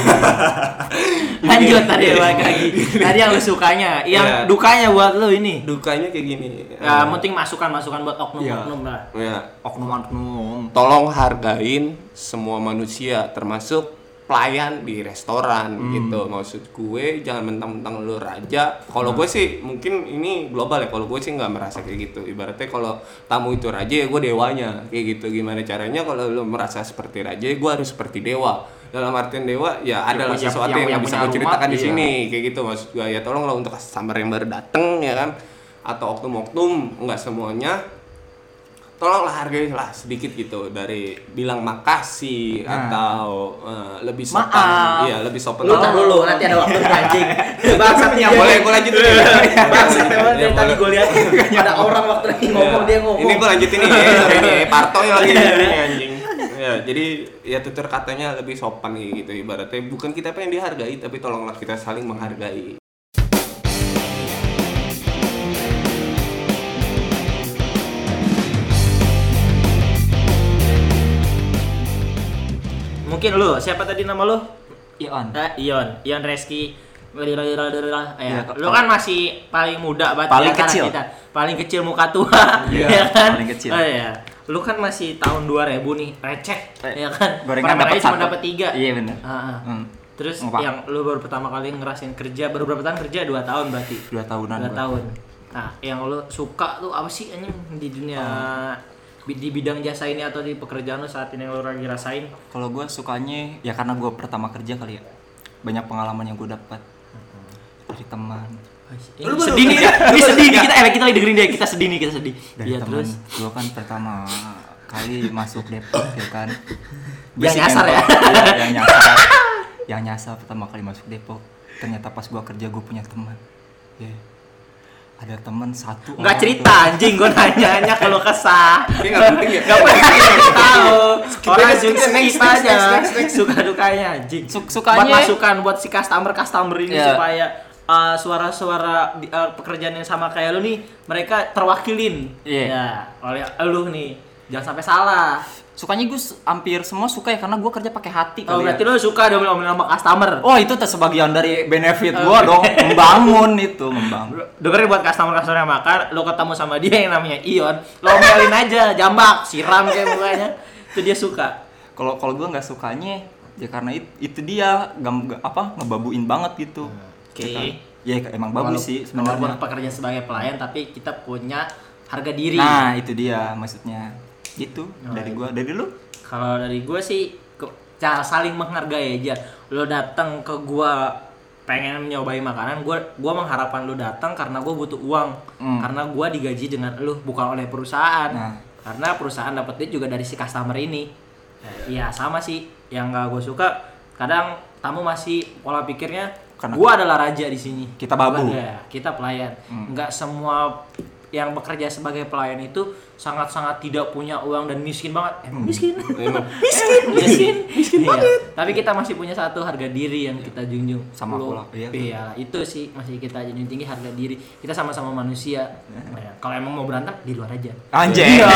Speaker 3: Lanjut tadi balik lagi. Tadi yang lu sukanya, yang
Speaker 1: Iya.
Speaker 3: dukanya buat lu ini.
Speaker 1: Dukanya kayak gini.
Speaker 3: Ya, penting masukan-masukan buat oknum-oknum lah.
Speaker 1: Iya.
Speaker 2: Oknum-oknum.
Speaker 1: tolong hargain semua manusia termasuk pelayan di restoran
Speaker 2: Hmm.
Speaker 1: gitu maksud gue jangan mentang-mentang lu raja kalau gue sih mungkin ini global ya kalau gue sih nggak merasa kayak gitu ibaratnya kalau tamu itu raja ya gue dewanya kayak gitu gimana caranya kalau lu merasa seperti raja ya gue harus seperti dewa dalam artian dewa ya ada lah
Speaker 2: punya-
Speaker 1: sesuatu
Speaker 2: yang-
Speaker 1: yang,
Speaker 2: yang
Speaker 1: bisa
Speaker 2: punya
Speaker 1: gue ceritakan
Speaker 2: rumah,
Speaker 1: di
Speaker 2: iya.
Speaker 1: sini kayak gitu maksud gue ya tolonglah untuk customer yang baru dateng ya kan atau oknum-oknum nggak semuanya tolonglah hargailah sedikit gitu dari bilang makasih
Speaker 2: Nah.
Speaker 1: atau eh, lebih sopan
Speaker 2: Maaf.
Speaker 1: iya lebih sopan
Speaker 3: Lu tar dulu, nanti ada waktu anjing. Bangsat
Speaker 1: ya boleh gue lanjutin ya.
Speaker 3: Bangsat
Speaker 1: Ya,
Speaker 3: memang Iya, dari tadi
Speaker 1: boleh.
Speaker 3: gue lihat ada orang waktu lagi ngomong
Speaker 1: Ya.
Speaker 3: dia ngomong. Iya,
Speaker 1: Ini gue lanjutin nih, ya, sorry nih, parto ya lagi ini anjing. Ya, jadi ya tutur katanya lebih sopan kayak gitu ibaratnya bukan kita pengen dihargai tapi tolonglah kita saling menghargai.
Speaker 3: Mungkin lu, siapa tadi nama lu?
Speaker 2: Ion.
Speaker 3: Eh, Ion, Ion Reski. Ya,
Speaker 2: Ya,
Speaker 3: lu kan masih paling muda banget
Speaker 2: Paling
Speaker 3: di antara
Speaker 2: kecil.
Speaker 3: kita. Paling kecil muka tua,
Speaker 2: Iya,
Speaker 3: ya kan?
Speaker 2: paling kecil.
Speaker 3: Oh, iya. Lu kan masih tahun 2000 nih, receh,
Speaker 2: Eh,
Speaker 3: ya kan?
Speaker 2: Gorengan
Speaker 3: Pertama kali
Speaker 2: dapat
Speaker 3: cuma
Speaker 2: satu.
Speaker 3: dapat tiga.
Speaker 2: Iya benar.
Speaker 3: Ah, ah.
Speaker 2: Hmm.
Speaker 3: Terus
Speaker 2: Ngapa?
Speaker 3: yang lu baru pertama kali ngerasain kerja, baru berapa tahun kerja? Dua tahun berarti.
Speaker 2: Dua tahunan.
Speaker 3: Dua
Speaker 2: gua.
Speaker 3: tahun. Nah, yang lu suka tuh apa sih anjing di dunia bi- di bidang jasa ini atau di pekerjaan lu saat ini yang lu lagi rasain?
Speaker 2: Kalau gue sukanya ya karena gue pertama kerja kali ya. Banyak pengalaman yang gue dapat
Speaker 3: Hmm.
Speaker 2: dari teman.
Speaker 3: Ini sedih nih, ini sedih nih kita, eh, kita lagi dengerin deh, kita sedih nih, kita sedih.
Speaker 2: Dari
Speaker 3: Iya
Speaker 2: teman.
Speaker 3: terus.
Speaker 2: Gue kan pertama kali masuk Depok ya kan.
Speaker 3: Yang
Speaker 2: Basic
Speaker 3: nyasar ya?
Speaker 2: mentor. Iya, yang nyasar. yang nyasar pertama kali masuk Depok. Ternyata pas gue kerja gue punya teman. Ya. Ada teman satu.
Speaker 3: Enggak
Speaker 2: orang
Speaker 3: cerita
Speaker 2: tuh.
Speaker 3: anjing, gue nanya-nanya kalau kesah.
Speaker 1: Ini nggak penting ya.
Speaker 3: Gak pengen tahu. Orang
Speaker 1: next,
Speaker 3: juga
Speaker 1: next, next,
Speaker 3: skip
Speaker 1: next, next,
Speaker 3: aja
Speaker 1: next, next.
Speaker 3: suka dukanya anjing.
Speaker 2: Suk- sukanya-
Speaker 3: buat masukan buat si customer customer ini
Speaker 2: Iya.
Speaker 3: supaya uh, suara-suara di- uh, pekerjaan yang sama kayak lu nih mereka terwakilin.
Speaker 2: Iya.
Speaker 3: Ya, oleh lu nih. Jangan sampai salah.
Speaker 2: Sukanya gue hampir semua suka ya karena gue kerja pakai hati
Speaker 3: Oh,
Speaker 2: kali ya.
Speaker 3: berarti lu suka dong ngomongin sama customer.
Speaker 2: Oh itu tuh sebagian dari benefit
Speaker 3: Oh.
Speaker 2: gua dong membangun itu membangun.
Speaker 3: dengerin buat customer customer yang makan lo ketemu sama dia yang namanya Ion lo omelin aja jambak siram kayak mukanya itu dia suka
Speaker 2: Kalau kalau gua nggak sukanya ya karena it- itu dia gam, ga- apa ngebabuin banget gitu.
Speaker 3: oke
Speaker 2: Ya emang
Speaker 3: Walaupun-
Speaker 2: bagus sih
Speaker 3: walaupun
Speaker 2: sebenarnya.
Speaker 3: pekerja sebagai pelayan tapi kita punya harga diri
Speaker 2: Nah itu dia maksudnya gitu dari gua dari lu
Speaker 3: kalau dari gue sih ke- cara saling menghargai aja lo datang ke gue pengen nyobain makanan gue gua mengharapkan lo datang karena gue butuh uang
Speaker 2: Hmm.
Speaker 3: karena gue digaji dengan lo bukan oleh perusahaan
Speaker 2: Nah.
Speaker 3: karena perusahaan dapat duit juga dari si customer ini Nah, iya sama sih yang gak gue suka kadang tamu masih pola pikirnya
Speaker 2: Karena-
Speaker 3: gue adalah raja di sini
Speaker 2: Kita babu.
Speaker 3: Bukan, ya, kita pelayan
Speaker 2: Hmm.
Speaker 3: nggak semua yang bekerja sebagai pelayan itu sangat-sangat tidak punya uang dan miskin banget
Speaker 2: Hmm.
Speaker 3: emang miskin
Speaker 1: Emang.
Speaker 2: Iya
Speaker 3: miskin miskin miskin banget tapi kita masih punya satu harga diri yang kita junjung
Speaker 2: Iya. Sama
Speaker 3: Lu-
Speaker 2: pula, iya.
Speaker 3: iya itu sih masih kita junjung tinggi harga diri kita sama-sama manusia
Speaker 2: Iya.
Speaker 3: Nah, kalau emang mau berantem di luar aja
Speaker 2: Anjay.
Speaker 3: Iya.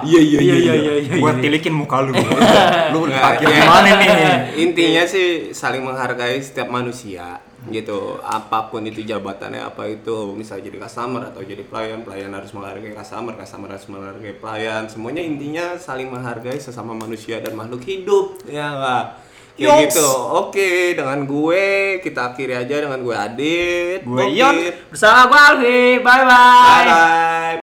Speaker 2: Iya iya iya
Speaker 3: Iya,
Speaker 2: iya.
Speaker 3: iya, iya,
Speaker 2: Gua
Speaker 3: iya.
Speaker 2: tilikin muka lu. lu
Speaker 1: Nggak,
Speaker 2: pakai
Speaker 1: ya.
Speaker 2: gimana nih?
Speaker 1: Intinya sih saling menghargai setiap manusia gitu. Apapun itu jabatannya, apa itu misalnya jadi customer atau jadi pelayan, pelayan harus menghargai customer, customer harus menghargai pelayan. Semuanya intinya saling menghargai sesama manusia dan makhluk hidup. Ya enggak? Kayak gitu. Oke, dengan gue kita akhiri aja dengan gue Adit.
Speaker 2: Gue
Speaker 1: Bokit.
Speaker 2: Ion.
Speaker 3: bersama gue Alfi bye bye
Speaker 1: Bye.